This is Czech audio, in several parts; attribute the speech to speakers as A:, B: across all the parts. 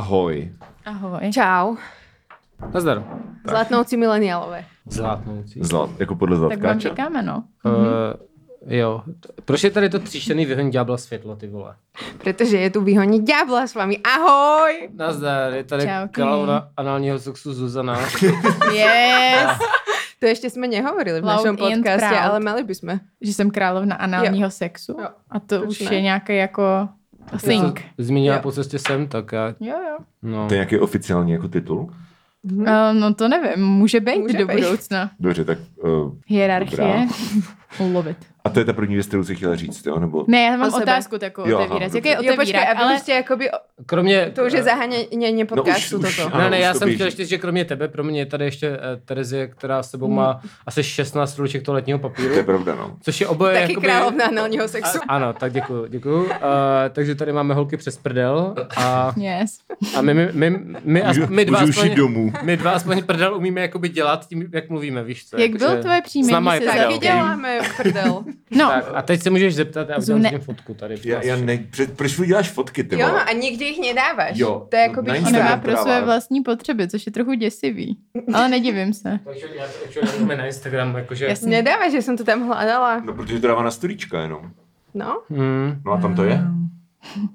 A: Ahoj.
B: Ahoj.
C: Čau.
D: Nazdar.
C: Tak. Zlatnouci mileniálové.
D: Zlátnoucí.
A: Zlat, jako podle
B: Tak vám
A: Zlatkáče.
B: říkáme, no.
A: Mhm.
D: Uh, jo. Proč je tady to tříštěný vyhoň ďábla světlo, ty vole?
C: Protože je tu vyhoní ďábla s vami. Ahoj!
D: Nazdar, je tady
B: Čauky.
D: královna análního sexu Zuzana.
B: Yes!
C: To ještě jsme nehovorili v
B: Loud
C: našem
B: and
C: podcastu,
B: proud.
C: ale měli bychom.
B: že jsem královna análního sexu.
C: Jo.
B: A to
C: Proč
B: už
C: ne?
B: je nějaký jako think.
D: To Zmínila
C: Jo.
D: po cestě sem, tak já...
B: Jo, jo.
D: No.
A: To je nějaký oficiální jako titul?
B: Uh, no to nevím, může být
C: Může
B: do
C: být.
B: budoucna.
A: Dobře, tak uh,
B: Hierarchie.
A: Dobrá.
B: Ulovit.
A: a to je ta první věc, kterou jsi chtěla říct, jo? Nebo...
B: Ne, já mám
C: sebe.
B: otázku takovou
A: Jo,
B: jo,
A: aha,
B: otevírat.
A: dobře.
B: Jaký je
C: Jo, počkej,
B: otevírat,
C: a vy
B: ale...
C: byste jakoby,
D: Kromě... Eh,
C: to už je zahánění podcastu
A: už- už,
C: toto.
A: ano.
D: Ne, ne, já
A: už to
D: jsem
A: běží.
D: chtěl ještě, říct, že kromě tebe, pro mě je tady ještě eh, Terezie, která s
C: Mhm.
D: sebou má asi 16 ruček toaletního papíru,
A: To je pravda, no.
D: což je oboje
C: Taky
D: jakoby...
C: královna análního sexu.
D: A, ano, tak děkuju, děkuju. Uh, takže tady máme holky přes prdel a,
B: Yes.
D: a my, my, my, my,
A: Můžu,
D: aspoň- my dva
A: můžu už
D: aspoň,
A: jít domů.
D: My dva aspoň prdel umíme jakoby dělat tím, jak mluvíme, víš co?
B: Jak
D: jakože
B: bylo tvoje příjmení,
D: s náma je
B: se
D: prdel.
C: Taky
B: zavídám.
C: děláme prdel.
B: No,
D: Tak, a teď se můžeš zeptat, já udělám
B: Zune-
D: Zune... fotku tady.
A: Já, já ne, před, proč mi děláš fotky, ty
C: Jo,
A: vole?
C: no a nikdy jich nedáváš.
A: Jo,
C: To je jakoby
A: na
C: chyba.
B: ona má
A: Instagram
B: pro
A: dává.
B: své vlastní potřeby, což je trochu děsivý. Ale nedivím se.
D: Takže já to actually dáme na Instagram, jakože...
B: Jasně.
C: Nedáváš, že jsem to tam hledala.
A: No, protože to dává na storíčka jenom.
C: No,
D: Hmm.
A: No a tam to je?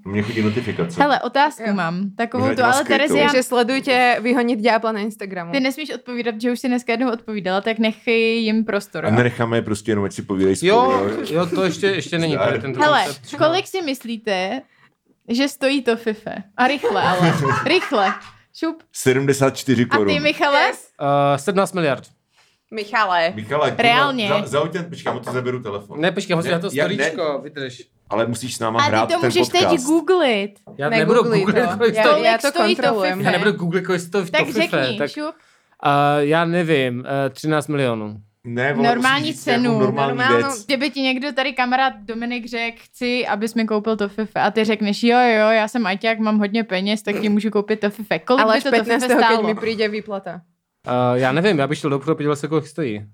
A: Mně chodí notifikace.
B: Hele, otázku
C: Jo.
B: mám. Takovou
A: Pořád
B: tu,
A: má
B: ale
A: skrytou.
B: Terezia,
A: Já-
C: takže sledujte vyhonit ďábla na Instagramu.
B: ty nesmíš odpovídat, že už si dneska jednou odpovídala, tak nechej jim prostor.
A: A nenecháme je prostě jenom, ať si povídají spolu.
D: Jo, jo, to ještě, ještě není
A: Zdar.
D: tady tento
B: Hele,
D: koncept.
B: kolik si myslíte, že stojí to Fife? A rychle, ale. Rychle. Šup.
A: 74
B: A
A: korun.
B: ty, Michale?
C: Yes.
D: Uh, 17 miliard.
C: Michale.
A: Michala, kurva,
B: Reálně.
A: Za, zauď ten, počkám, mu to zaberu telefon.
D: Ne, počkej, hosti,
A: Ne,
D: já to
A: jak ne?
D: storíčko, vydrž.
A: Ale musíš s náma
B: A
A: hrát
B: ty to
A: ten
B: můžeš teď
A: podcast.
B: googlit.
D: Já
C: Ne,
D: nebudu
C: googlit,
D: googlit,
C: no.
D: kolik
C: Já-
D: to...
B: Kolik
C: to
B: stojí to
C: kontrolujem.
B: Fife?
D: Já nebudu googlit, kolik to v to
B: Tak
D: FIFA,
B: řekni,
D: tak-
B: šup.
D: Uh, já nevím, uh, 13 milionů.
A: Ne, vole,
B: Normální
A: musíš říct nějakou
B: cenu,
A: Normální,
C: normálnou-
A: věc.
B: Kdyby ti někdo tady kamarád Dominik řekl, chci, abys mi koupil to Fife a ty řekneš, jo, jo, já jsem Aťák, mám hodně peněz, tak ti můžu koupit to Fife. Kolik
C: Ale
B: by
C: až
B: to, to Fife
C: 15. keď
B: stálo?
C: mi přijde výplata.
D: Uh, já nevím, já bych šel do obchodu a podíval se, kolik stojí.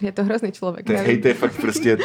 C: Je to hrozný člověk.
A: To je-
C: nevím.
A: Hej, to je fakt prostě... to-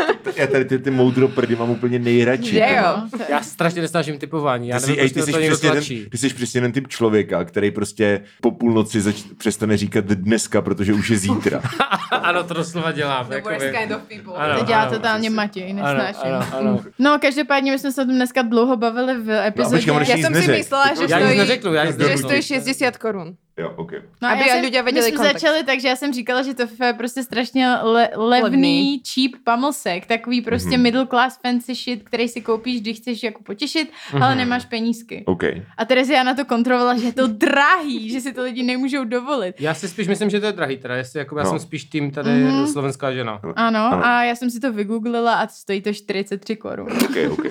A: Já tady ty, ty moudroprdy mám úplně nejradši.
C: Že
A: ty
C: jo?
A: vole.
D: Já strašně nesnáším typování, já
A: Ty jsi,
D: nevím,
A: ej,
D: proč
A: ty,
D: to
A: jsi
D: to někdo
A: přesně ten,
D: tlačí.
A: ty jsi přesně ten typ člověka, který prostě po půlnoci zač, přestane říkat dneska, protože už je zítra. No
D: Ano, to doslova dělám.
C: The
D: jakoby.
C: worst kind of people.
D: jako Ano.
B: To dělá
D: ano,
B: totálně
A: přesně.
B: Matěj,
D: Ano,
B: nesnáším.
D: ano, ano.
B: No, každopádně my jsme se o tom dneska dlouho bavili v
A: No, a
B: epizodě.
A: počkám,
C: Já
A: nic
C: jsem si
A: neřekl.
C: myslela, že
D: Já nic
C: stojí-
D: neřeknu, já nic
C: Že
D: neřeknu.
C: stojí 60 korun.
A: Jo, ok.
B: No a
C: Aby
B: já jsem-
C: lidé věděli
B: My jsme
C: kontext.
B: začali tak, že já jsem říkala, že to je prostě strašně le, levný,
C: Levný.
B: cheap pamlsek, takový prostě
A: Mhm.
B: middle class fancy shit, který si koupíš, když chceš jako potěšit, ale
D: Mhm.
B: nemáš penízky.
A: OK.
B: A Terezia na to kontrolovala, že je to drahý, že si to lidi nemůžou dovolit.
D: Já si spíš myslím, že to je drahý teda, jestli jako já
A: No.
D: jsem spíš tým tady
B: Mhm.
D: slovenská žena.
B: Ano,
A: Ano.
B: a já jsem si to vygooglila a stojí to 43 korun.
A: okay, okay.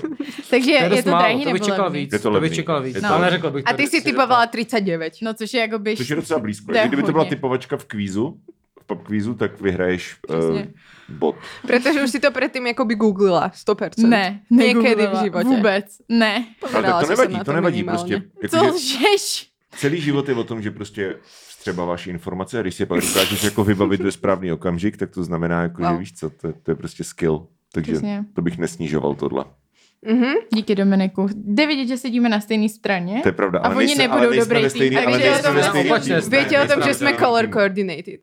B: Takže je,
D: dost
B: je to
D: málo,
B: drahý
D: to bych
B: nebo
D: čekal
B: levný?
D: víc,
A: Je to
D: to bych
A: levný.
D: čekal víc,
A: Je to
D: ale
A: levný.
D: neřekl bych
C: A
D: to,
C: ty
D: že
C: jsi
D: jsem
C: typovala 39.
B: No což je jako by...
A: Což je docela blízko.
B: To je
A: Kdyby to byla
B: hodně.
A: typovačka v kvízu, v pop kvízu, tak vyhraješ uh,
B: Přesně.
A: bod.
C: Protože už si to předtím jako by googlila, 100%.
B: Ne,
C: Někdy v
B: negooglila.
C: životě.
B: Vůbec, ne.
A: Ale
C: Podala
A: tak to
C: jsem se
A: nevadí,
C: na
A: to nevadí
C: minimálně.
A: prostě.
B: Co
A: Jakože
B: lžeš?
A: celý život je o tom, že prostě třeba vaše informace a když si je pak dokážeš jako vybavit ve správný okamžik, tak to znamená, jako, že
C: Wow.
A: víš co, to, je- to je prostě skill. Takže
B: Přesně.
A: to bych nesnižoval tohle.
C: Mhm.
B: Díky Dominiku. Jde vidět, že sedíme na stejné straně.
A: To je pravda.
B: A
A: ale
B: oni
A: nejsme,
B: nebudou
A: ale nejsme
B: dobrý
A: ve
B: tým.
A: stejný, ale
C: Takže je
A: nejsme
C: to
A: ve
C: na
A: stejný
D: opačné
A: tým.
D: straně.
C: Víte o tom, že
D: Nejsem
C: jsme
D: žádný
C: color
A: tým.
C: coordinated.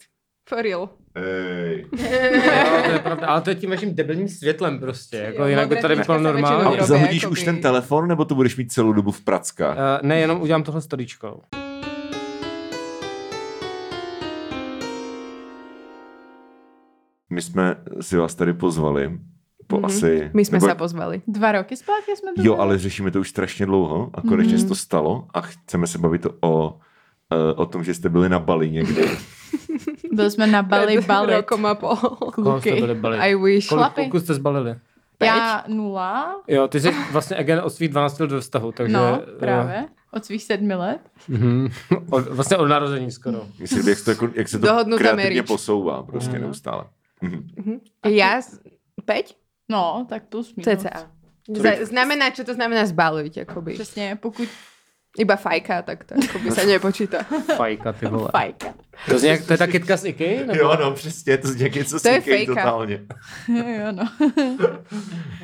C: For real.
A: Ej.
D: Jo, to je pravda, ale to je tím vaším debilním světlem prostě, jako
C: Jo,
D: jinak by
C: modré
D: tady
C: tečka
D: vypadalo
C: se
D: normálně.
C: většinou
A: A
C: Dobře,
A: zahodíš
C: jakoby-
A: už ten telefon, nebo to budeš mít celou dobu v prackách?
D: Eh, ne, jenom udělám tohle storičkou.
A: My jsme si vás tady pozvali po
C: Mhm.
A: asi...
C: My jsme
A: nebo-
C: se pozvali.
B: Dva roky zpátky jsme to
A: Jo, ale řešíme to už strašně dlouho a konečně se to stalo a chceme se bavit o, eh, o tom, že jste byli na Bali někdy.
B: Byli jsme na Bali
C: Před
B: Bali.
C: Rokom a půl.
D: Koho jste byli bali?
C: I wish.
D: Kolik
B: Chlapi.
D: kluků jste zbalili?
B: Já nula.
D: Jo, ty jsi vlastně again od svých 12 let ve vztahu, takže...
B: No,
D: eh,
B: právě. Od svých sedmi let.
D: mhm. Od, vlastně od narození skoro.
A: Myslím, jak se to, jako, jak se to
C: Dohodnutá
A: kreativně
C: marriage.
A: posouvá prostě
D: Mhm.
A: neustále. Mhm.
C: Já s- Peť?
B: No, tak plus minus.
C: CCA. Za- Znamená, čo to znamená zbalit, jakoby.
B: Přesně, pokud
C: Iba fajka, tak to jakoby se nepočítá.
D: Fajka, ty vole.
B: fajka.
D: To, je nějak, to je ta kytka z Iky? Nebo?
A: Jo, no, přesně, to je něco
C: To je
A: sníkej
C: fejka.
A: totálně.
B: jo, no.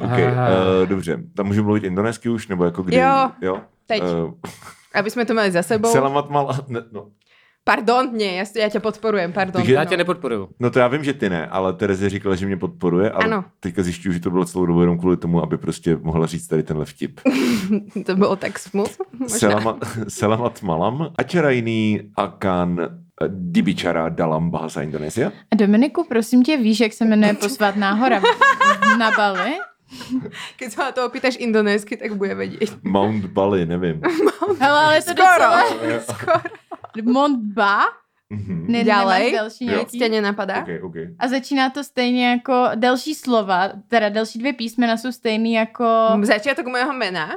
A: Okay,
D: Aha.
A: eh, uh, dobře, tam můžu mluvit indonésky už, nebo jako kdy?
C: Jo.
A: jo?
C: Teď,
A: Uh,
C: aby jsme to měli za sebou.
A: Selamat mala, ne, no,
C: Pardon, ne, já, já tě podporujem, pardon.
A: Takže-
D: Já
C: ano.
D: tě nepodporuju.
A: no to já vím, že ty ne, ale Terezie říkala, že mě podporuje, ale
C: Ano.
A: teďka zjišťuju, že to bylo celou dobu jenom kvůli tomu, aby prostě mohla říct tady tenhle vtip.
C: To bylo tak smutno. možná.
A: Selamat, selamat malam, ačarajný akan eh, dibičara dalam bahasa Indonesia.
B: A Dominiku, prosím tě, víš, jak se jmenuje posvatná hora v- na Bali?
C: Když se to opýtaš indonésky, tak bude vědět.
A: Mount Bali, nevím.
B: Hele, ale to docela...
C: Skoro. Skoro.
B: Montba?
A: Mhm.
B: Ne,
C: Dělej.
B: nemáš další
A: Jo.
B: nějaký?
C: Nic tě nenapadá?
A: okay, okay.
B: A začíná to stejně jako další slova, teda další dvě písmena jsou stejný jako,
C: Začátek Hm, mého jména?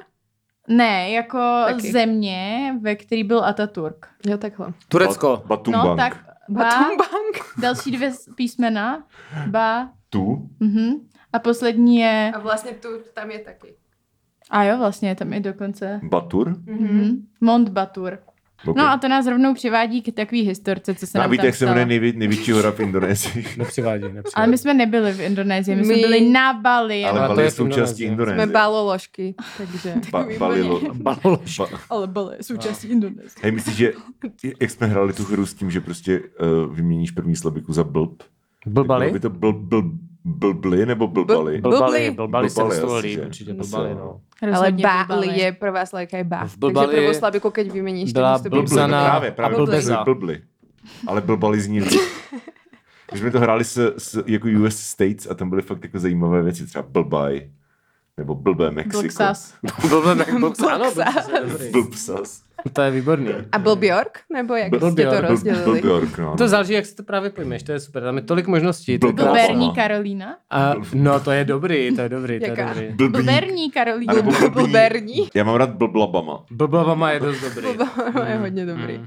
B: ne, jako
C: Taky.
B: země, ve který byl Ataturk.
C: Jo, takhle.
D: Turecko.
A: Ba- Batumbang.
B: No tak ba,
C: Batumbang.
B: další dvě s- písmena, ba,
A: Tu?
B: mhm. a poslední je,
C: A vlastně tu, tam je taky.
B: a jo vlastně, tam je dokonce,
A: Batur?
C: No
B: mhm. Montbatur.
A: Okay.
B: No a to nás rovnou přivádí k takové historce, co se
A: No a
B: nám
A: víte,
B: tam
A: jak se
B: stalo.
A: jmenuje nejvě- největší hora v Indonésii?
D: No, Nepřivádí, nepřivádí.
B: Ale my jsme nebyli v Indonésii, my, my... jsme
C: My-
B: byli na Bali.
A: Ale
D: No, to
A: Bali
D: je
A: je
D: v
A: součástí
D: Indonésii.
C: Jsme
A: Indonésie.
C: baloložky, takže.
A: Ba- Balilo.
D: Baloložky.
A: Ba-
B: Ale Bali, součástí Indonésie.
A: Hej, myslíš, že jak jsme hráli tu hru s tím, že prostě uh, vyměníš první slabiku za blb? tak
D: Blbali?
A: bylo by to bl, bl, blbli nebo blbali?
C: Bl- Blbli.
D: Blbali, blbali se
A: Blbali
D: to
A: asi,
D: líp,
A: že?
D: určitě
A: Asi
D: blbali,
A: jo.
D: no.
C: Ale
B: Rozhodně
C: ba
B: Bali.
C: je prvá slajka je ba.
D: V Blbali
C: Takže prvou slabiku, keď vymeníš, tak
D: byla
C: musí to být
A: Blbli, no
D: Blbzana
A: právě, právě
C: a
A: blbli,
D: blbeza.
A: blbli. Ale blbali zní líp. My jsme to hráli s, s, jako US States a tam byly fakt jako zajímavé věci, třeba blbaj, nebo blbé Mexiko.
B: Blksas.
D: Blbli, blbli, ano, blbli.
A: Blbsas.
D: To je výborný.
C: A Blbjork? Nebo jak
D: Blbjork.
C: jste to
D: Blb-
C: rozdělili?
A: Blbjork, no.
D: To záleží, jak se to právě pojmeš, to je super, tam je tolik možností. to je
A: Blbl-
D: krásné.
A: Blbl-
B: Blberní Karolína.
D: A, no, to je dobrý, to je dobrý, to je
C: Jaká?
D: dobrý.
A: Blblík.
B: Blberní Karolína.
A: Nebo blbý.
C: Blberní?
A: Já mám rád blblabama. No,
D: Blbavama je dost dobrý.
C: Blbor je hodně
D: Mhm.
C: dobrý.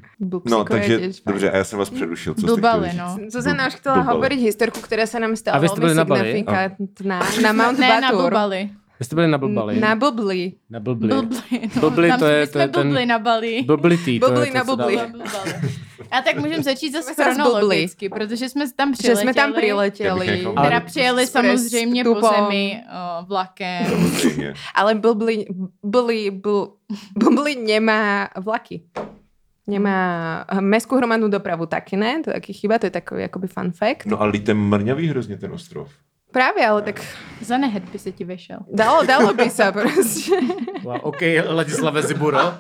A: No,
C: Blbsiko je
A: takže,
C: tiež fajn.
A: dobře, a já jsem vás přerušil. Co jste
B: Blbali,
A: chtěli říct?
B: no.
C: Zuzana už chtěla
A: Blbali.
C: hovoriť historku, která se nám stala
D: A vy jste byli na Bali?
C: signifikantná. Na Mount
B: ne, na
C: Batur.
B: Bali.
D: Vy jste byli na blbali.
C: Na Blbli.
D: Na blbli.
B: Blbli. No,
D: Blbli,
B: tam
D: to je-
B: jsme
D: to je ten-
B: blbli na Bali.
D: Blblitý.
C: Blbli
D: to je
C: na
D: to, co
C: blbli.
D: dává.
B: Blbali. A tak můžeme začít zase
C: Jsme se zblbli.
B: chronologicky, protože jsme tam
C: Že
B: přiletěli.
C: jsme tam
A: Já
D: Jako-
C: přiletěli.
A: bych nechal-
B: Teda přijeli
C: Přes
B: samozřejmě po
C: tupou.
B: zemi o, vlakem.
A: Samozřejmě.
C: Ale Blbli, Blbli, Bl- Blbli nemá vlaky. Nemá eh, mestskou hromadnou dopravu taky ne, to je taky chyba, to je takový jakoby fun fact.
A: No a lítem mrňavý hrozně ten ostrov.
C: Právě, ale tak
B: Za nehet by se ti vešel.
C: dalo, dalo by se prostě.
D: Wow, OK, Ladislave Ziburo. Uh,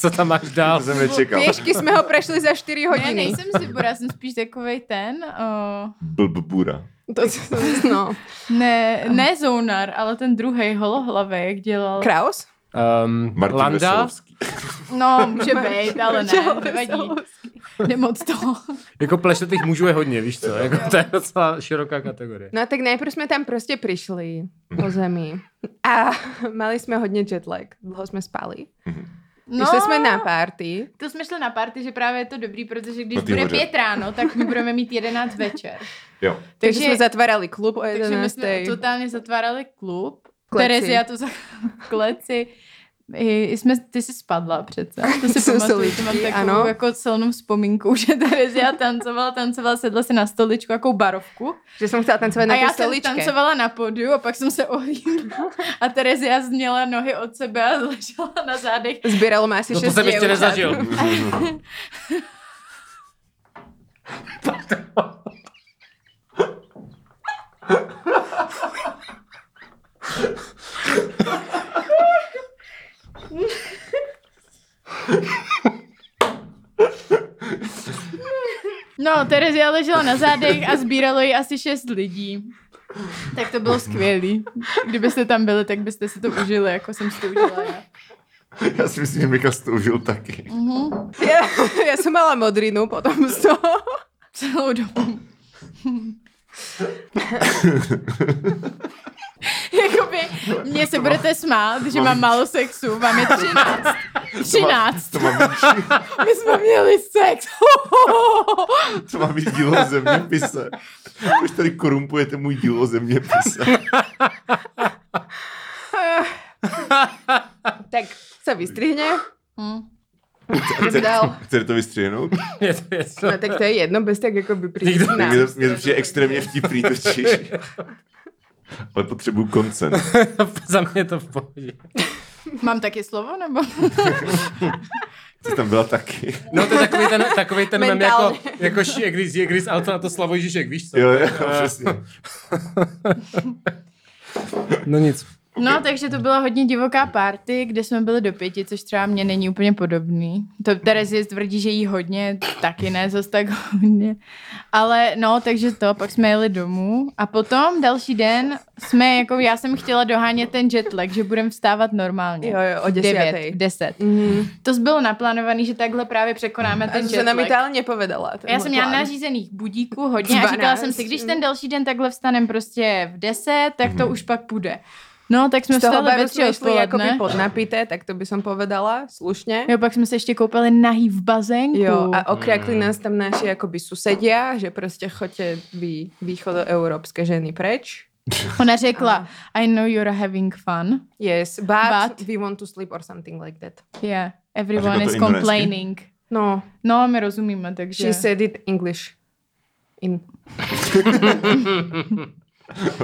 D: co tam máš dál?
A: To jsem nečekal.
C: Pěšky jsme ho prešli za 4
B: Já
C: hodiny.
B: nejsem zibora, jsem spíš takovej ten, o,
A: Blbbura.
C: To, to, to, no.
B: ne, ne zounar, ale ten druhý holohlavý, jak dělal.
C: Kraus?
D: Um,
A: Martin
D: Landa.
A: Veselovský.
B: No, může být, ale ne,
C: Čau,
B: nevadí.
C: veselost.
B: Nemoc toho.
D: Jako plešetých mužů je hodně, víš co? Jako, to je docela široká kategorie.
C: No tak najprv jsme tam prostě přišli po zemi. A mali jsme hodně jetlag, dlouho jsme spali.
B: No,
C: Išli jsme na party.
B: To jsme šli na party, že právě je to dobrý, protože když
A: Na No ty
B: bude
A: hoře.
B: pět ráno, tak my budeme mít jedenáct večer.
A: Jo.
C: Takže,
B: Takže-
C: jsme zatvárali klub o
B: Takže my jsme
C: 11.
B: totálně zatvárali klub.
C: Kleci.
B: Terezia to za kleci. I, i jsme, ty jsi spadla přece. To si
C: Jsou
B: pamatuju, to
C: soličky,
B: mám takovou
C: ano.
B: jako silnou vzpomínku, že Terezia tancovala, tancovala, sedla si na stoličku jako barovku.
C: Že jsem chtěla tancovat na
B: a
C: té
B: já
C: stoličke.
B: jsem tancovala na podiu a pak jsem se ohlídla a Terezia změla nohy od sebe a ležela na zádech.
C: Zbíralo mě asi
D: No
C: 6
D: to jsem ještě
C: děvčat.
D: nezažil.
B: No, Terezia ležela na zádech a sbíralo ji asi šest lidí. Tak to bylo skvělý. Kdybyste tam byli, tak byste si to užili, jako jsem si to užila já.
A: Já si myslím, že Mika si to užil taky.
C: Já, já jsem mala modrinu potom z toho.
B: Celou dobu. Jakoby, mě se budete smát, že mám málo sexu, mám je 13. 13.
A: To má být,
B: My jsme měli sex.
A: to má být dílo o zeměpise. Už tady korumpujete můj dílo o zeměpise.
C: Tak se vystrihne.
B: Hm.
A: Chcete,
C: Dál.
A: chcete to vystřihnout?
D: Je to, je to.
C: No tak to je jedno, bez tak jako by
D: Nikdo-
A: Tak
C: přijde.
A: Mě to, mě to přijde extrémně vtipný totiž. Ale potřebuju koncent.
D: Za mě je to v pohodě.
B: Mám taky slovo, nebo?
A: Jsi tam byla taky.
D: No to je takový ten, takový ten mem, jako,
C: Mentálně.
D: jako š, jak když, jak když z auta na to Slavo Ježíšek, víš co?
A: Jo, jo, přesně.
D: No nic.
B: No, takže to byla hodně divoká party, kde jsme byli do pěti, což třeba mě není úplně podobný. To Terezie tvrdí, že jí hodně, taky ne zas tak hodně. Ale no, takže to, pak jsme jeli domů a potom další den jsme, jako já jsem chtěla dohánět ten jetlag, že budeme vstávat normálně.
C: Jo, jo, o
B: Devět,
C: desiatej.
B: deset.
C: Mm.
B: To bylo naplánovaný, že takhle právě překonáme
C: A
B: ten
C: to se nám
B: jetlag.
C: Itálie nepovedala.
B: Já jsem měla nařízených budíků hodně a říkala
C: 12,
B: jsem si, když
C: mm.
B: ten další den takhle vstanem prostě v 10, tak to už pak půjde. No, tak jsme
C: Mhm. Z toho jako
B: vstali ve
C: baru
B: tři
C: sme išli akoby
B: odpoledne.
C: podnapité, tak to by som povedala, slušne.
B: Jo, pak jsme se ještě koupali nahý v bazénku.
C: Jo, a okriakli nás tam naši akoby susedia, že prostě proste choďte vy východoeurópske ženy preč.
B: Ona řekla, I know you're having fun.
C: Yes, but,
B: But-
C: we want to sleep or something like that.
B: Yeah,
A: A
B: everyone
A: řekla to
B: is
A: indonésky?
B: complaining.
C: No,
B: No, my rozumíme,
C: she
B: takže...
C: said it English. In.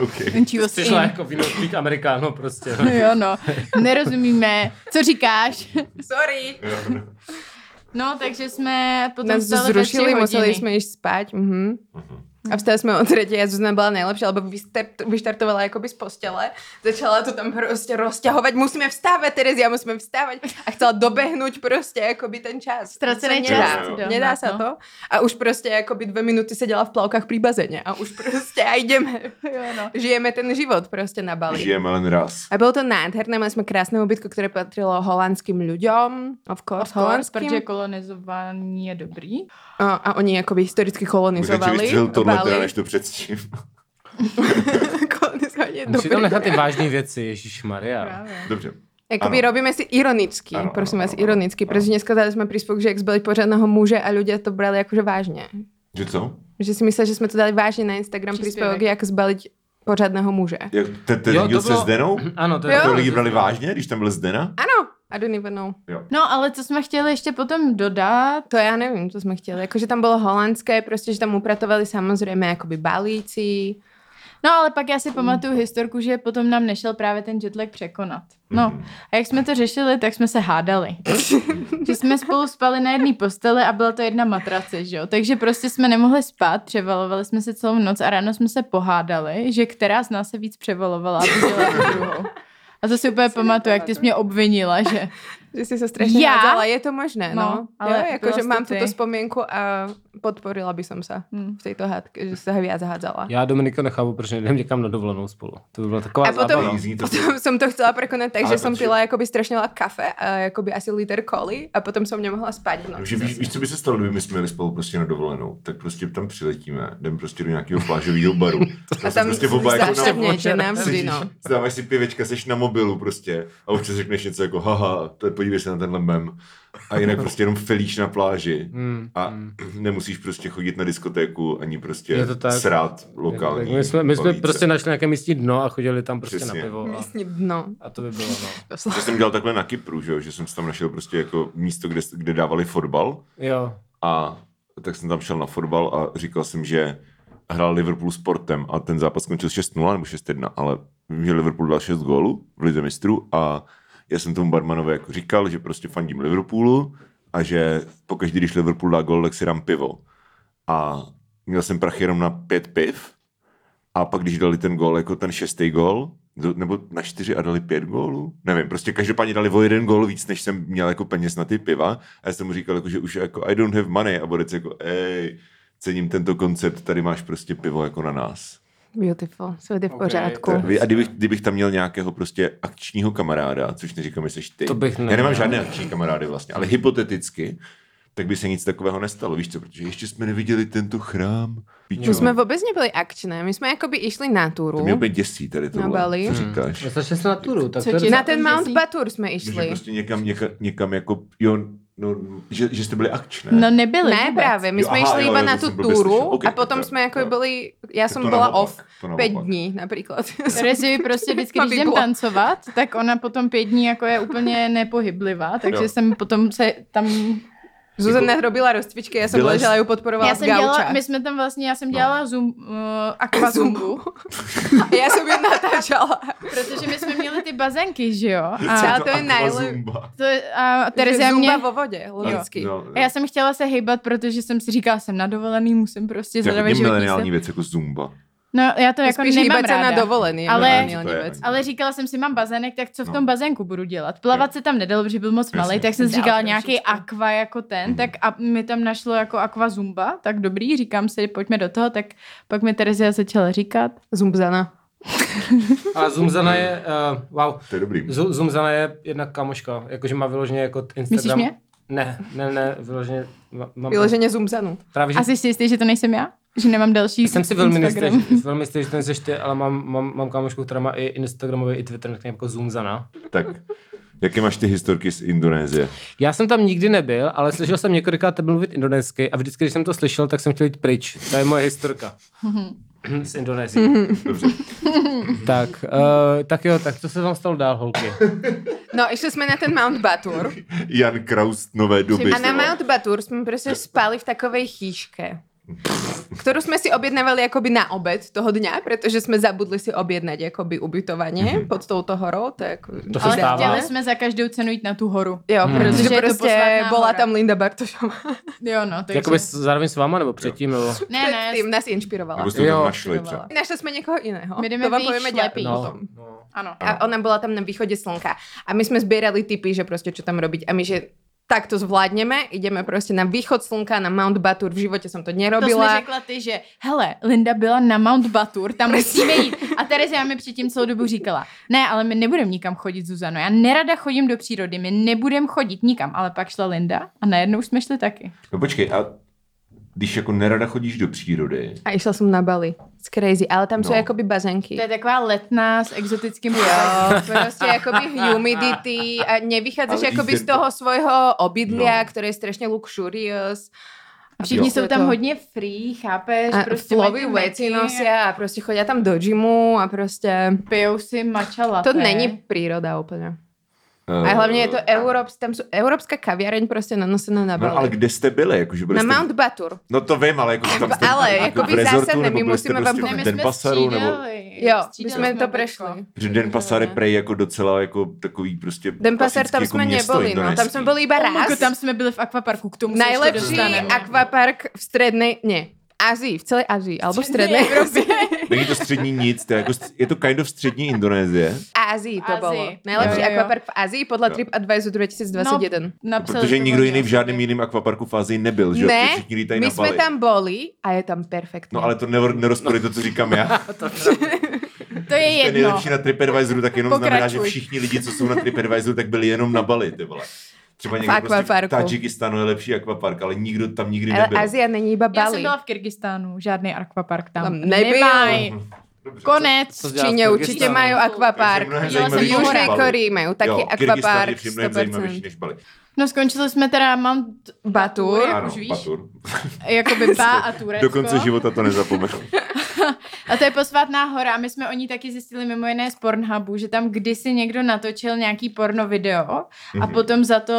A: OK.
B: And she was
D: Přišla
B: in.
D: jako vinospík amerikáno prostě.
B: Jo, no, nerozumíme. Co říkáš?
C: Sorry.
B: No, takže jsme potom
C: Nás
B: vstali ve tři
C: zrušili, museli
B: hodiny.
C: sme ísť spať. Mhm. A vstali sme o tretej a Zuzana bola najlepšia, lebo vystart- vyštartovala akoby z postele. Začala to tam proste rozťahovať. Musíme vstávať, Terezia, musíme vstávať. A chcela dobehnúť proste akoby ten čas.
B: Stracený
C: To sa nedá.
A: čas,
B: jo.
C: Nedá
B: No.
C: sa to. A už prostě proste akoby dve minúty sedela v plavkách pri bazene. A už proste a ideme.
B: Jo, no.
C: Žijeme ten život proste na Bali.
A: Žijeme len raz.
C: A bolo to nádherné, mali sme krásne ubytko, ktoré patrilo holandským ľuďom, of course,
B: Of course, protože
C: holandským.
B: kolonizování je dobrý.
C: A, a oni akoby historicky
A: Možná ti
C: kolonizovali.
A: vystřelil tohle
C: Bali.
A: teda, než to předtím.
C: kolonizovali
D: Musí tam
C: dobrý.
D: nechat ty vážné věci, Ježíš Maria.
B: Právě.
A: Dobře.
C: Jakoby
A: Ano.
C: robíme si ironicky,
A: Ano,
C: ano, prosím
A: ano,
C: vás,
A: ano,
C: ironicky,
A: ano.
C: protože dneska dali jsme príspevok, že jak zbali pořádného muže a ľudia to brali jakože vážně.
A: Že co?
C: Že si mysleli, že jsme to dali vážně na Instagram
B: Příspěvek.
C: príspevok, jak zbalit pořádného muže.
A: Jak ten, ten
D: Jo, to
A: díl se
D: bylo-
A: Zdenou?
D: Ano, to
C: Jo.
D: je
A: To lidi brali vážně, když tam byl Zdena?
C: Ano, I don't even know.
B: No, ale co jsme chtěli ještě potom dodat,
C: To já nevím, to jsme chtěli. Jakože tam bylo holandské, prostě, že tam upratovali samozřejmě jakoby balíci.
B: No ale pak já si pamatuju historku, že potom nám nešel právě ten jetlag překonat. No a jak jsme to řešili, tak jsme se hádali. že jsme spolu spali na jedné posteli a byla to jedna matrace, že jo. Takže prostě jsme nemohli spát, převalovali jsme se celou noc a ráno jsme se pohádali, že která z nás se víc převalovala a viděla tu druhou. A to si úplně pamatuju, jak ty jsi mě obvinila, že
C: Že jsi se strašně
B: Já?
C: hádzala, je to možné, no.
B: No,
C: no
B: ale
C: ale jo, jakože
B: byla
C: mám
B: jsi ty.
C: tuto vzpomínku a podporila by som sa
B: Hmm.
C: v této hádce, že se víc hádzala.
D: Já Dominika nechápu, protože jdem někam na dovolenou spolu. To by byla taková
C: A potom-
D: zábava.
A: Zní to
C: Potom jsem to chcela prekonat tak,
A: Ale
C: že jsem
A: počkej.
C: pila jakoby strašně veľa kafe, a jakoby asi liter koly a potom jsem nemohla spát. No.
A: Takže víš, víš, co by se stalo, kdyby my jsme jeli spolu prostě na dovolenou, tak prostě tam přiletíme, jdem prostě do nějakého plážového baru.
C: A tam
A: prostě oba jako na,
C: zásadně, že nám vždy,
A: sedíš,
C: no.
A: dáváš si pivečka, seš na mobilu prostě a občas řekneš něco jako haha, to je, podívej se na tenhle mem. A jinak prostě jenom felíš na pláži
D: Hmm,
A: a
D: hmm.
A: nemusíš prostě chodit na diskotéku ani prostě
D: Je to tak.
A: srát lokální.
D: Tak my jsme, my jsme
A: bavíce.
D: prostě našli nějaké místní dno a chodili tam prostě
A: Přesně.
D: na pivo. A,
C: Vlastně dno.
D: a to by bylo, no.
A: To jsem dělal takhle na Kypru, že, jo, že jsem si tam našel prostě jako místo, kde, kde dávali fotbal
D: Jo.
A: a tak jsem tam šel na fotbal a říkal jsem, že hrál Liverpool sportem a ten zápas skončil 6-0 nebo 6-1, ale vím, že Liverpool dal 6 gólů v Lize mistrů a já jsem tomu barmanovi jako říkal, že prostě fandím Liverpoolu a že pokaždý, když Liverpool dá gól, tak si dám pivo. A měl jsem prachy jenom na pět piv a pak, když dali ten gól, jako ten šestý gól, do- nebo na čtyři a dali pět gólů? Nevím, prostě každopádně dali o jeden gól víc, než jsem měl jako peněz na ty piva. A já jsem mu říkal, jako, že už jako I don't have money a Borec jako, ej, cením tento koncept, tady máš prostě pivo jako na nás.
C: Beautiful, svět je v
D: Ok,
C: pořádku.
D: to
A: A kdybych, kdybych tam měl nějakého prostě akčního kamaráda, což neříkám, jestli jsi ty.
D: To bych
A: Já
D: neměl.
A: nemám žádné akční kamarády vlastně, ale hypoteticky, tak by se nic takového nestalo, víš co, protože ještě jsme neviděli tento chrám. Píčo,
C: My jsme vůbec nebyli akčné, my jsme jakoby išli na
A: to
C: túru.
A: mě úplně děsí tady tohle,
C: Bali.
A: co říkáš.
D: Zašli jsme na turu, tak
B: Co
D: to je
B: ti-
D: docela-
C: Na ten
B: Že
C: Mount
B: si-
C: Batur jsme
A: Že
C: išli.
A: prostě někam, někam, někam jako, jo, no, že, že jste byli akčné.
B: no nebyli
C: Ne,
B: vůbec.
C: právě, my
A: Jo,
C: jsme
A: aha,
C: išli
A: jo,
C: iba
A: jo,
C: na
A: to
C: tu
A: jsem blbě slyšel.
C: túru
A: Ok,
C: a
A: tak
C: potom
A: tak,
C: jsme jako
A: tak.
C: byli, já
A: Tak
C: jsem
A: to
C: byla
A: naopak,
C: off
A: to naopak.
C: pět dní například.
B: Terezie prostě vždycky, když jdem
C: Vyblo.
B: tancovat, tak ona potom pět dní jako je úplně nepohyblivá, takže
A: Jo.
B: jsem potom se tam
C: Zuzana robila rozcvičky, já jsem
A: Byla jsi-
C: ležela, ju podporovala
B: Já
C: z
B: jsem
C: gauča.
B: dělala, my jsme tam vlastně, já jsem
C: No.
B: dělala Zoom, uh, akvazumbu,
C: Já jsem ji natáčela.
B: protože my jsme měli ty bazenky, že jo? A,
C: Třeba to je nejlep-
A: Zumba.
B: to, a Terezia
C: Zumba
B: mě...
C: vo vodě, logicky.
A: No,
B: A já jsem chtěla se hejbat, protože jsem si říkala, jsem na dovolený, musím prostě
A: to je
B: zadavé
A: hodně
B: životní
A: mileniální
B: se.
A: Jako věc, jako Zumba.
B: No, já to jako
C: Spíš
B: nemám
C: hýbat se na
B: ráda.
C: dovolený.
B: Ale-
C: Ale...
A: To je-
C: věc.
B: Ale říkala jsem si, mám bazének, tak co v
A: No.
B: tom bazénku budu dělat? Plavat se tam nedalo, protože byl moc
A: Jasně.
B: malý, tak jsem si
C: Dál
B: říkala
C: trošičku.
B: nějaký aqua jako ten,
A: Mhm.
B: tak a mi tam našlo jako aqua zumba, tak dobrý, říkám si, pojďme do toho, tak pak mi Terezia začala říkat.
C: Zumbzana.
D: A Zumzana je, uh, wow,
A: To je dobrý.
D: Zu- Zumzana je jedna kamoška, jakože má vyloženě jako t- Instagram.
B: mě?
D: Ne, ne, ne, vyloženě. ma- Mám,
C: Vyloženě Zumbzanu.
D: Právě, že
B: A jsi si jistý, že to nejsem já? Že nemám další
D: jsem si velmi
B: Instagram?
D: jistý, že- velmi jistý, že to nejsi ty, ale mám, mám, mám kamošku, která má i Instagramový, i Twitter, tak jako Zumzana.
A: Tak, jaké máš ty historky z Indonésie?
D: Já jsem tam nikdy nebyl, ale slyšel jsem několikrát tebe mluvit indonésky a vždycky, když jsem to slyšel, tak jsem chtěl jít pryč. To je moje historka. Z Indonésie.
A: Dobře.
D: tak, uh, tak jo, tak co se vám stalo dál, holky?
C: No, išli jsme na ten Mount Batur.
A: Jan Kraus nové doby.
C: A na Mount Batur jsme prostě spali v takové chýške. ktorú sme si objednávali akoby na obed toho dňa, pretože sme zabudli si objednať akoby ubytovanie
A: Mhm.
C: pod touto horou. To, je jako- ako
D: To se
B: Ale
D: stává. Mhm.
B: chtěli jsme za každou cenu jít na tu horu.
C: Jo,
B: Protože
C: protože
B: je to
C: prostě
B: posvátná
C: bola
B: hora.
C: tam Linda Bartošová.
B: Jo, no, takže...
D: Jakoby s- zároveň s váma nebo předtím? Nebo?
B: Ne, ne,
C: Tým nás inšpirovala.
A: Nebo jste to
D: Jo.
A: tam našli třeba.
C: Našli sme niekoho iného.
B: My jdeme
C: to vám
B: vyjít
C: povieme
B: šlepy.
C: ďalej.
D: No,
C: potom.
D: no.
B: ano.
C: A ona bola tam na východe slnka. A my sme zbierali typy, že proste čo tam robiť. A my, že tak to zvládneme, ideme proste na východ slnka, na Mount Batur. V živote som to
B: To jsi mi
C: nerobila.
B: řekla ty, že hele, Linda byla na Mount Batur, tam musíme jít. A Terezia mi předtím celou dobu říkala, ne, ale my nebudeme nikam chodit, Zuzano, já nerada chodím do přírody, my nebudeme chodit nikam. Ale pak šla Linda a najednou jsme šli taky.
A: No počkej, a když jako nerada chodíš do přírody,
C: A išla som na Bali. It's crazy. Ale tam sú
A: No.
C: akoby bazénky.
B: To je taková letná s exotickým jo.
C: Jo, proste akoby humidity a nevychádzaš
A: Ale
C: akoby
A: ide
C: z
A: to-
C: toho svojho obydlia,
A: No.
C: ktoré je strašne luxurious.
B: Všichni
C: Jo.
B: jsou
C: Je
B: tam
C: to-
B: hodně free, chápeš?
C: A
B: prostě
C: flowy no,
B: mají ty
C: veci
B: meky,
C: nosia a proste chodia tam do gymu a proste...
B: Pijou si matcha latte.
C: To není príroda úplne.
A: eh,
C: A hlavně je to Europ, tam jsou evropská kaviareň prostě nanosená na
A: No, ale
C: Bali.
A: kde jste byli? Jako, že byli
C: Na
A: jste...
C: Mount Batur.
A: No to vím, ale jako že tam jste
C: ale
A: jako
C: jakoby
A: v rezortu,
C: zásadně,
A: nebo
C: my
A: byli jste
C: musíme vám
A: prostě
B: Ne,
A: v
B: my
C: pomáhat.
A: Den
B: jsme
A: Pasaru,
B: střídali,
A: nebo...
C: Jo, my
B: střídali
C: jsme to
B: Beko.
C: prešli.
A: Že Den Pasar je prej jako docela jako takový prostě
C: no. Den Pasar tam
A: klasický
C: jsme
A: jako město
C: nebyli, no. Tam
A: indonéský.
C: jsme byli iba
B: Oh my
C: raz.
B: God, tam jsme byli v akvaparku, k tomu se ještě
C: Najlepší
B: dostaneme.
C: akvapark v strednej, ne, Azii, v celé Azii, alebo v strednej Európe.
A: Není to střední nic, to je, jako, je to kind of střední Indonésie.
C: Ázii to
B: Ázii.
C: bolo. Najlepší
B: Jo, jo, jo.
C: akvapark v Ázii podľa
A: Jo.
C: TripAdvisor 2021.
B: napsali
A: Protože
B: No, to
A: nikdo
B: hodně.
A: jiný v žádném jiném akvaparku v Ázii nebyl, že? jo?
C: Ne,
A: Všichni lítají
C: my
A: na
C: sme
A: Bali.
C: tam boli a je tam perfektne.
A: No ale to never, nerozpory to, co říkám já.
B: To je
A: Ten
B: jedno.
A: nejlepší na TripAdvisoru, tak jenom znamená, že
B: Pokračuj.
A: všichni lidi, co jsou na TripAdvisoru, tak byli jenom na Bali, ty vole. Třeba někdo prostě v
C: akvaparku.
A: Tadžikistánu je lepší akvapark, ale nikdo tam nikdy
C: Ale
A: nebyl.
C: Ázia není iba
B: Já jsem
C: Bali.
B: byla v Kyrgyzstánu, žádný akvapark tam.
C: Tam nebyl.
B: Nemaj.
A: No, Dobře,
B: Konec.
D: Co
C: V Číne
D: v
C: určite
D: Kyrgyzstánu?
C: majú akvapark.
A: Takže mnohem
B: Jela jsem
C: V
A: zajímavější než
C: Južnej
A: Bali.
C: Koreji majú taký
A: jo, Kyrgyzstán je
C: akvapark
A: mnohem zajímavější
C: 100%.
A: než Bali.
B: No skončili jsme teda Mount
C: Batur.
B: jak
A: Ano,
B: už víš,
A: Batur.
B: jakoby Ba a Turecko.
A: Do konce života to nezapomenu.
B: A to je posvátná hora. My jsme o ní taky zjistili mimo jiné z Pornhubu, že tam kdysi někdo natočil nějaký porno video a potom za to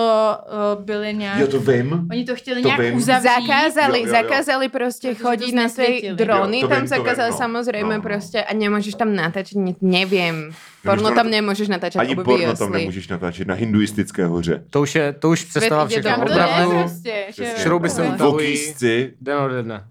B: uh, byly nějak...
A: Mhm. Jo, to vím.
B: Oni to chtěli
A: to
B: nějak
A: vím.
B: uzavřít.
C: Zakázali,
A: Jo, jo, jo.
C: zakázali prostě
B: Protože to
C: chodit na ty
B: znesvětili.
C: drony,
A: Jo, to
C: tam
A: vím, to vím,
C: zakázali
A: no.
C: samozřejmě
A: No, no.
C: prostě a nemůžeš tam natáčet nic, nevím.
A: to
C: Porno
A: na-
C: tam nemůžeš natáčet,
A: Ani porno tam
C: obviously.
A: nemůžeš natáčet na hinduistické hoře.
D: To už, je, to už přestává
C: Svět jde
D: všechno.
B: Tam to
D: Opravdu,
B: je prostě. Že...
A: Přesně.
D: šrouby
C: se
D: utahují.
A: Vokýsci.
D: den ode dne.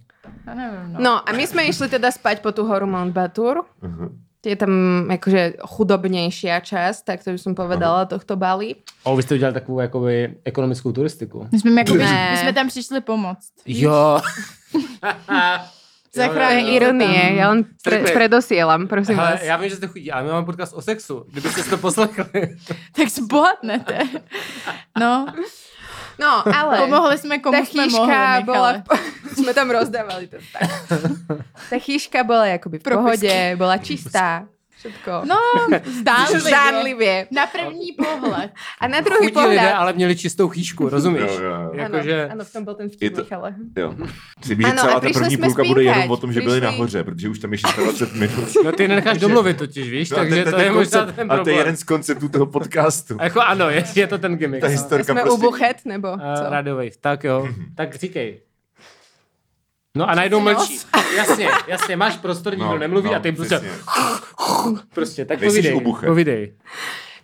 B: Já nevím, no.
C: No a my jsme išli teda spať po tu horu Mount Batur.
A: Aha.
C: Je tam jakože chudobnější část, tak to už jsem povedala,
A: Mhm.
C: tohto Bali.
D: O, vy jste udělali takovou jakoby, ekonomickou turistiku.
B: My jsme, jakoby,
C: Ne.
B: my jsme tam přišli pomoct.
D: Jo.
C: To je
B: Zachránit.
C: ironie, já len pre,
D: Stripy.
C: predosielam, prosím
D: Hele,
C: vás.
D: já vím, že jste chudí, ale my máme podcast o sexu. Kdybyste si to poslechli.
B: tak zbohatnete. No,
C: No, ale...
B: pomohli jsme komu
C: ta
B: jsme mohli,
C: chýška
B: Michale.
C: bola... jsme tam rozdávali to tak. Ta chýška bola jakoby v
B: Propisky.
C: pohodě, bola čistá. Všetko.
B: No, zdánlivě.
C: Zdánlivě.
B: Na první pohled.
C: A na druhý
D: Chudí lidé,
C: pohled.
D: ale měli čistou chýšku, rozumíš?
A: Jo, jo, jo.
D: Jakože,
C: ano, ano, v tom byl ten
A: Je
C: vtip,
A: to-
C: to... Michale.
A: Jo. Myslím, že
C: Ano,
A: celá ta
C: a přišli
A: první
C: jsme
A: půlka bude
C: spínkat.
A: jenom o tom, že byli
C: Přišli-
A: nahoře, protože už tam je 26 minut.
D: no ty nenecháš domluvit totiž, víš,
A: No, a ten-
D: takže No, to
A: ten
D: je možná
A: koncept-
D: ten
A: A to je jeden
D: problém.
A: z konceptů toho podcastu.
D: A Jako ano, je, je to ten gimmick.
A: Ta
D: no.
A: historka
C: Jsme u
A: prostě...
C: Buchet, nebo
D: Uh,
C: co?
D: Radio Wave, tak jo. tak říkej. No a najednou mlčí. Jasně, jasně, máš prostor, nikdo
A: No,
D: nemluví
A: no,
D: a ty prostě,
A: přesně.
D: prostě, tak
A: Nejsiš
D: povídej,
A: ubuchet.
D: povídej.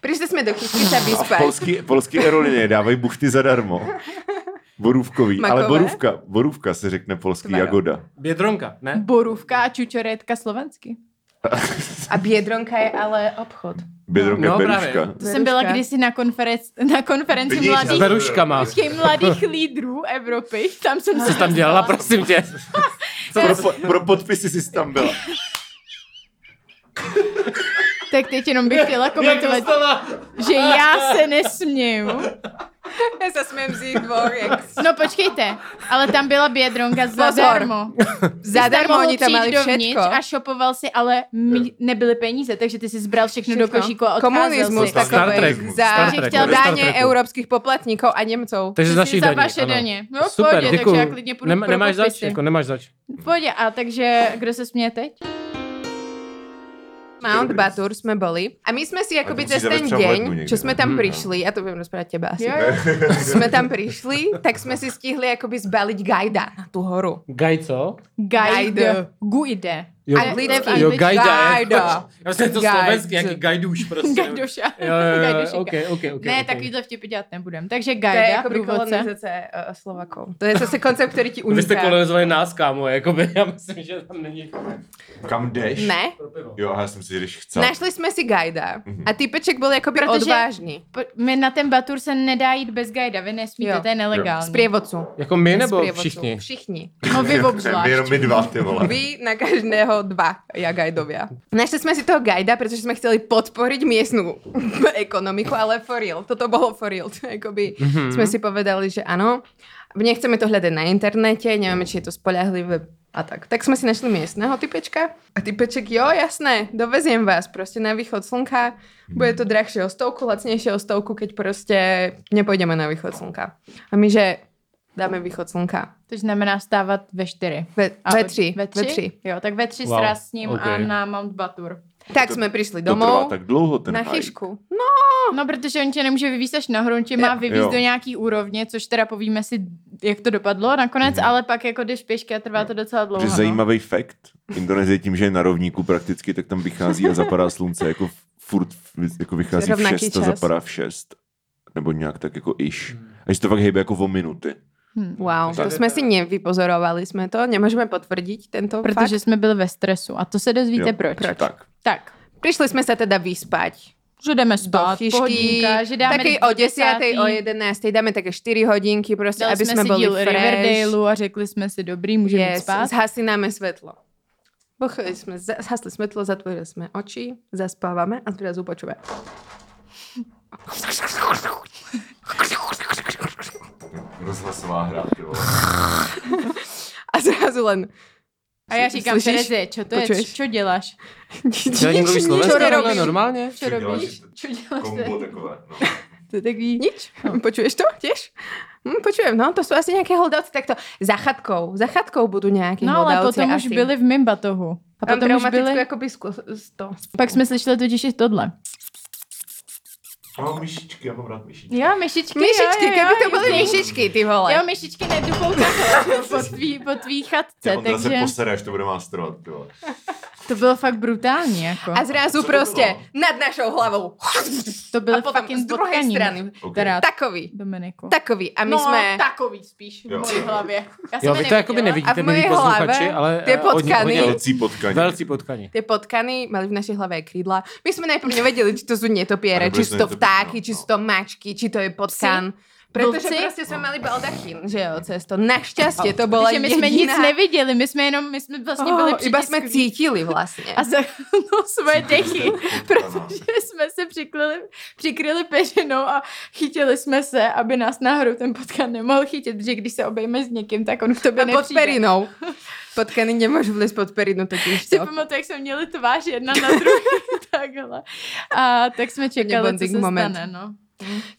C: Přišli jsme do kuchyně se
A: A
C: vyspat.
A: polský, polský aerolinie dávají buchty zadarmo. Borůvkový, ale
C: Makové?
A: borůvka, borůvka se řekne polský
C: Tvaro.
A: jagoda.
D: Bědronka, ne?
B: Borůvka a čučoretka slovensky.
C: A Biedronka je ale obchod.
A: Bědronka
D: No, právě.
A: peruška.
B: To jsem byla
C: Beruška.
B: kdysi na, konferenci, na konferenci
A: Vidíš,
D: S
B: mladých,
D: beruškama.
B: těch mladých lídrů Evropy. Tam jsem se
D: Co jsi tam dělala, prosím tě?
A: Pro, po- pro podpisy jsi tam byla.
B: Tak teď jenom bych chtěla komentovat, že já se nesměju.
C: Já se smím z jejich dvou, jak
B: No počkejte, ale tam byla Bědronka zadarmo.
C: zadarmo oni tam měli
B: dovnitř
C: všetko.
B: a šopoval si, ale mi nebyly peníze, takže ty si zbral všechno, do
C: Všetko.
B: košíku a odcházel
C: Komunismus
B: si.
A: Star
C: takový
A: Treku.
C: za
D: Star
B: Treku.
C: chtěl
B: Star
C: dáně
D: Treku.
C: evropských poplatníků a Němců.
D: Takže z
B: Přesně,
D: našich
B: za
D: daní,
B: vaše
D: ano.
B: daně. No, v
D: Super,
B: pohodě, takže
D: děkuju.
B: já klidně půjdu
D: Nem,
B: pro
D: nemáš zač,
B: podpisy.
D: jako nemáš zač.
B: V Pohodě, a takže kdo se směje teď?
C: Mount Batur jsme byli a my jsme si jakoby
A: musí
C: cez
A: zavést
C: ten
A: třeba v lednu
C: deň,
A: někdy,
C: čo
A: ne? Hmm.
C: jsme tam přišli, já to budem rozprávat tebe asi,
B: Jo, jo.
C: jsme tam přišli, tak jsme si stihli jakoby zbalit gajda na tu horu.
D: Gaj, co?
B: Guide.
C: Guide.
B: Guide.
D: Jo,
C: Anglicky.
B: anglicky.
D: jo gajda.
C: Gajda.
D: Já jsem to
C: Gajd.
D: slovenský, jaký gajduš prostě.
B: Gajdoša.
D: Jo, jo, jo,
B: Gajdošinka.
D: ok, ok, ok.
B: Ne,
D: ok.
B: takovýhle vtipy dělat nebudem. Takže
C: To je jako
B: Gajda,
C: jakoby
B: průvodce.
C: kolonizace uh, Slovaků. To je zase koncept, který ti
D: Vy jste
C: uniká.
D: kolonizovali nás, kámo, jakoby, já myslím, že tam není
A: Kam jdeš?
C: Ne,
D: pro pivo.
A: Jo, a já jsem si jdeš chcel.
C: našli jsme si gajda
A: Mhm.
C: a typeček byl jakoby
B: Protože-
C: odvážný.
B: Po- My na ten Batur se nedá jít bez Gajda, vy nesmíte,
C: Jo.
B: to je nelegální.
C: Z prievodcu.
D: Jako my
C: Z
D: nebo
C: prievodcu.
D: všichni?
C: Všichni.
B: No vy
A: My
B: obzvlášť.
A: jenom my dva, ty vole.
C: Vy na každého dva, ja gajdovia. Našli sme si toho gajda, pretože sme chceli podporiť miestnú ekonomiku, ale for real. Toto bolo for real. Jakoby mm-hmm. sme si povedali, že áno, nechceme to hľadať na internete, nevieme, či je to spolahlivé a tak. Tak sme si našli miestneho typečka a typeček, jo, jasné, doveziem vás proste na východ slnka, bude to drahšie o stovku, lacnejšie o stovku, keď proste nepôjdeme na východ slnka. A my, že dáme východ slnka.
B: To znamená stávat ve čtyři.
C: Ve,
B: A
C: ve
B: od-
C: tři.
B: Ve tři? Jo, tak ve tři
D: Wow,
B: wow. s ním a
D: okej.
B: na Mount Batur.
C: Tak jsme přišli
A: To trvá
C: domů
A: tak dlouho ten
C: na
A: hype.
C: chyšku. No,
B: No, protože on tě nemůže vyvízt až nahoru, on tě má vyvízt
A: Jo.
B: do nějaký úrovně, což teda povíme si, jak to dopadlo nakonec, ale pak jako jdeš pěšky a trvá to docela dlouho.
A: Že
B: no.
A: Mhm. zajímavý fakt, Indonésie tím, že je na rovníku prakticky, tak tam vychází a zapadá slunce, jako furt v- jako vychází v
C: Rovnaký
A: 6 a
C: čas.
A: zapadá v 6. Nebo nějak tak jako iš. A že se to fakt hejbe jako o minuty.
B: Hmm.
C: wow, to jsme si nevypozorovali, jsme to, nemůžeme potvrdit tento
B: Protože
C: Protože... fakt.
B: jsme byli ve stresu a to se dozvíte
A: Jo,
B: proč.
A: Tak.
B: Tak,
C: Prišli jsme se teda vyspať.
B: že jdeme
C: Do
B: spát,
C: chyšky,
B: No, pohodinka, že dáme
C: taky o 10, o 11, dáme také 4 hodinky, prostě,
B: Dali
C: aby
B: jsme
C: jsme
B: si díl
C: byli fresh.
B: Riverdaleu a řekli jsme si dobrý, můžeme jít
C: Yes,
B: spát.
C: zhasínáme světlo. Pochali jsme, za- zhasli světlo, zatvorili jsme oči, zaspáváme a zrazu počujeme.
A: Rozhlasová hra, ty vole.
C: A zrazu len...
B: A já říkám,
C: Slyšíš?
B: Terezi, čo to je,
C: Počuješ?
B: čo děláš?
D: Já někdo mluví
C: Čo
D: slovensky, ale
C: robíš?
D: normálně?
B: Čo robíš? Čo děláš?
A: Kombo takové. No.
B: To je takový...
C: Nič.
B: No.
C: Počuješ to tiež? Hm, počujem, no, to sú asi nejaké holdavci, takto za chatkou, za chatkou budú nejaké
B: No ale
C: holdavci
B: potom už
C: asi.
B: byli v mým batohu. A
C: Tam
B: potom už
C: traumatickou
B: byli...
C: jakoby sklo, z to.
B: Pak jsme slyšeli totiž i tohle.
A: Mám myšičky, já mám rád myšičky.
B: Jo, myšičky,
C: Myšičky,
B: jo, jo,
C: keby to
B: jo,
C: byly
B: jo.
C: myšičky, ty vole.
B: Jo, myšičky nedupou takhle po tvý, po tvý chatce,
A: Ondra se
B: takže
A: posere, až to bude masterovat, ty vole.
B: to bylo fakt brutální, jako.
C: a zrazu
A: Co to
C: prostě
A: bylo?
C: nad našou hlavou.
B: to
C: A
B: byly
C: potom z
B: fucking
C: druhé
B: potkaniny.
C: strany.
A: Ok.
B: Teda, No,
C: Takový,
B: Dominiku.
C: takový. A my jsme...
B: takový spíš
A: Jo. mojí
B: hlavě. Já
D: Jo, vy to jakoby
C: A
D: nevidíte,
C: v
D: milí
C: mojej
D: posluchači,
C: hlavě
D: ale...
C: ty
D: eh, hodně-
C: potkany.
D: hodně-
A: Velcí potkaní.
D: Velcí potkaní.
C: Tie potkany mali v našej hlave aj krídla. My sme najprv nevedeli, či to sú netopiere,
A: Ale
C: či
A: boli
C: sú
A: sme
C: to
A: netopiere,
C: vtáky,
A: no,
C: či
A: no.
C: sú to mačky, či to je potkan. prostě Pretože
B: Vlci?
C: proste sme mali baldachín, že jo, cez to. Našťastie to bola
B: Že my jsme nic
C: jediná...
B: neviděli, my jsme jenom, my jsme vlastně byli
C: Oh, iba jsme
B: přitisklí.
C: cítili vlastně.
B: a zachnul své dechy, protože jsme se přikryli, přikryli peřinou a chytili jsme se, aby nás náhodou ten potkan nemohl chytit, protože když se obejme s někým, tak on k tobě
C: A pod
B: nepřijde.
C: perinou. Potkany nemôžu vlieť pod perinu, totiž
B: Si
C: to.
B: pamatuju, jak jsme měli tvář jedna na druhou. Takhle. A tak jsme čekali, co
C: bonding
B: se
C: moment.
B: stane, no.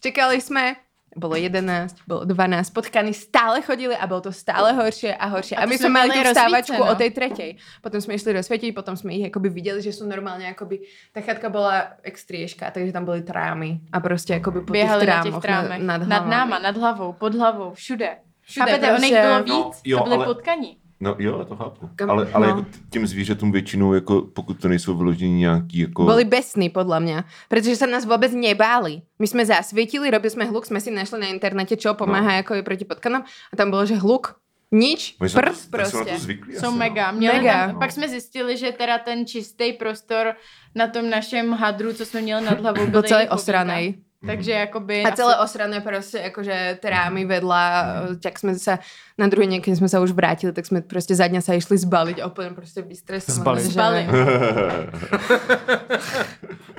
C: Čekali jsme, bylo 11, bylo 12, potkany stále chodili a bylo to stále horšie a horšie. A,
B: to
C: my
B: jsme
C: jsme měli
B: měli no.
C: tu vstávačku
B: rozsvíceno.
C: o tej tretej. Potom jsme išli do světí, potom jsme jich jakoby viděli, že jsou normálně jakoby, ta chatka byla extrieška, takže tam byly trámy a prostě jakoby po těch
B: Běhali na
C: trámoch,
B: těch trámech.
C: nad,
B: nad
C: nad, hlavami.
B: náma, nad hlavou, pod hlavou, všude.
C: Všude,
B: Chápete, ono jich
C: prostě.
B: bylo
A: No,
B: víc,
A: jo,
B: to byly
A: ale-
B: potkaní.
A: No jo, já to chápu.
C: Kam-
A: ale ale
C: no.
A: jako t- těm zvířatům většinou, jako, pokud to nejsou vyložení nějaký, jako...
C: Boli besní, podle mě, protože se nás vůbec nebáli. My jsme zasvětili, robili jsme hluk, jsme si našli na internete, čo pomáhá no. jako je proti potkanám a tam bylo, že hluk, nič,
A: Oni jsou-
C: prd
A: tak jsou na to
C: prostě.
A: zvyklí
B: Jsou
A: asi,
B: mega.
A: No.
B: Měli
C: Mega.
B: mega. Tam, pak jsme zjistili, že teda ten čistý prostor na tom našem hadru, co jsme měli nad hlavou,
C: Byl
B: byl
C: celý
B: jejich
C: osranej.
B: povídka. Takže
A: Mhm.
B: jakoby...
C: A celé osrané prostě, jakože terámy vedla, tak jsme se na druhý někdy jsme se už vrátili, tak jsme prostě za dňa se išli zbalit a úplně prostě vystresované.
D: Zbalit.
C: že-
B: Zbalit.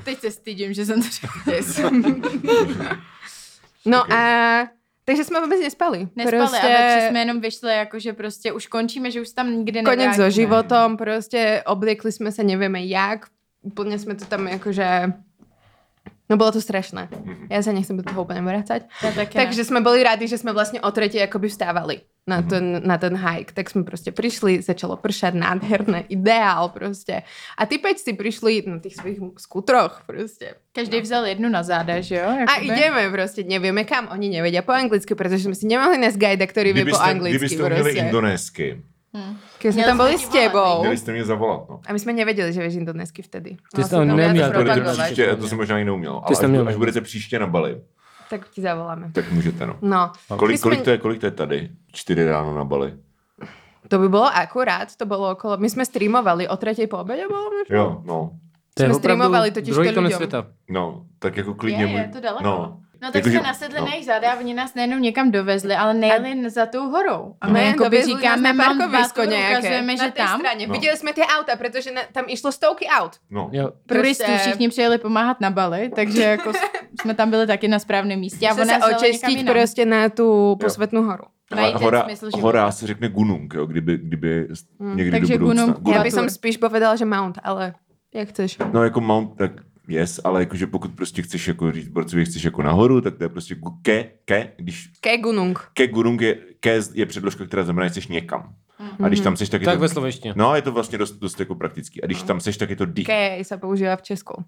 B: Teď se stydím, že jsem to řekla.
C: Yes. no a takže jsme vůbec nespali.
B: Nespali prostě... a večer jsme jenom vyšli, jakože prostě už končíme, že už tam nikdy
C: konec so
B: nevrátíme.
C: životom, prostě obliekli jsme se, nevíme jak, úplně jsme to tam jakože... No bylo to strašné. Já se nechcem do toho úplně vracať.
B: Já taky ne.
C: Takže jsme byli rádi, že jsme vlastně o třetí jakoby vstávali na
A: Mhm.
C: ten, na ten hike. Tak jsme prostě přišli, začalo pršet, nádherné, ideál prostě. A ty si přišli na těch svých skutroch prostě.
B: Každý vzal jednu na záda, že jo?
C: A ideme prostě, nevíme kam, oni nevedia po anglicky, protože jsme si nemohli nes guida, který ví
B: jako
C: po
A: Kdybyste,
C: anglicky. prostě.
A: kdybyste uměli
B: prostě.
A: indonésky,
C: Když jsme
B: Měli
C: tam
B: jsme
C: byli
B: ti
C: s tebou.
A: měli jste mě zavolat, no.
C: A my jsme nevěděli, že víš indonésky vtedy.
D: Ty
C: Ona
D: jsi
C: se
D: tam
C: měla to
D: neměl, to
A: To,
D: Propagovat.
A: to,
C: propagovat.
A: příště, to jsem možná i neuměl, ale
D: jste
A: až,
D: měl.
A: až, budete příště na Bali,
C: Tak ti zavoláme.
A: tak můžete, no.
C: No. My
A: Kolik,
C: jsme-
A: kolik, to je, kolik to je tady? Čtyři ráno na Bali.
C: To by bylo akurát, to bylo okolo, my jsme streamovali o třetí po obědě, bylo možná?
A: Jo, no.
D: To je
C: Jsme
D: opravdu
C: streamovali totiž
D: druhý
C: to
D: konec
C: lidem.
D: světa.
A: No, tak jako klidně...
B: Je, je
A: mu-
B: to daleko.
A: No,
B: No tak
A: Jako, že-
B: jsme nasedli na jejich záda a oni nás nejenom někam dovezli, ale nejeli za tou horou. A
C: Ne,
B: my jako by
C: dovezli
B: říkáme,
C: nás na
B: mám
C: parkovisko
B: váku,
C: nějaké.
B: ukazujeme,
C: na
B: že
C: té
B: tam.
C: Straně.
A: No.
C: No. Viděli jsme ty auta, protože na, tam išlo stovky aut.
A: no.
D: Jo.
B: Turistů
C: Prostě-
B: všichni přijeli pomáhat na Bali, takže jako s- jsme tam byli taky na správném místě. A
C: Musíme
B: ona
C: se očistit prostě na tu posvetnou horu.
A: Ale
B: najít ten
A: hora,
B: smysl života.
A: hora se řekne Gunung, jo, kdyby, kdyby hmm. někdy
B: Takže
A: do budoucna.
B: Gunung-
C: Já
B: Kultur.
C: bych som spíš povedala, že Mount, ale jak chceš.
A: No jako Mount, tak yes, ale jakože pokud prostě chceš jako říct borcově, chceš jako nahoru, tak to je prostě gu- ke, ke, když
C: Ke Gunung.
A: ke Gunung je, ke je předložka, která znamená, že jsi někam. A když tam
C: Mhm.
A: seš, tak je
D: Tak
A: to...
D: ve slovenštině.
A: No, je to vlastně dost, dost jako praktický. A když tam seš, tak je to dý.
C: Ke se používá v Česku.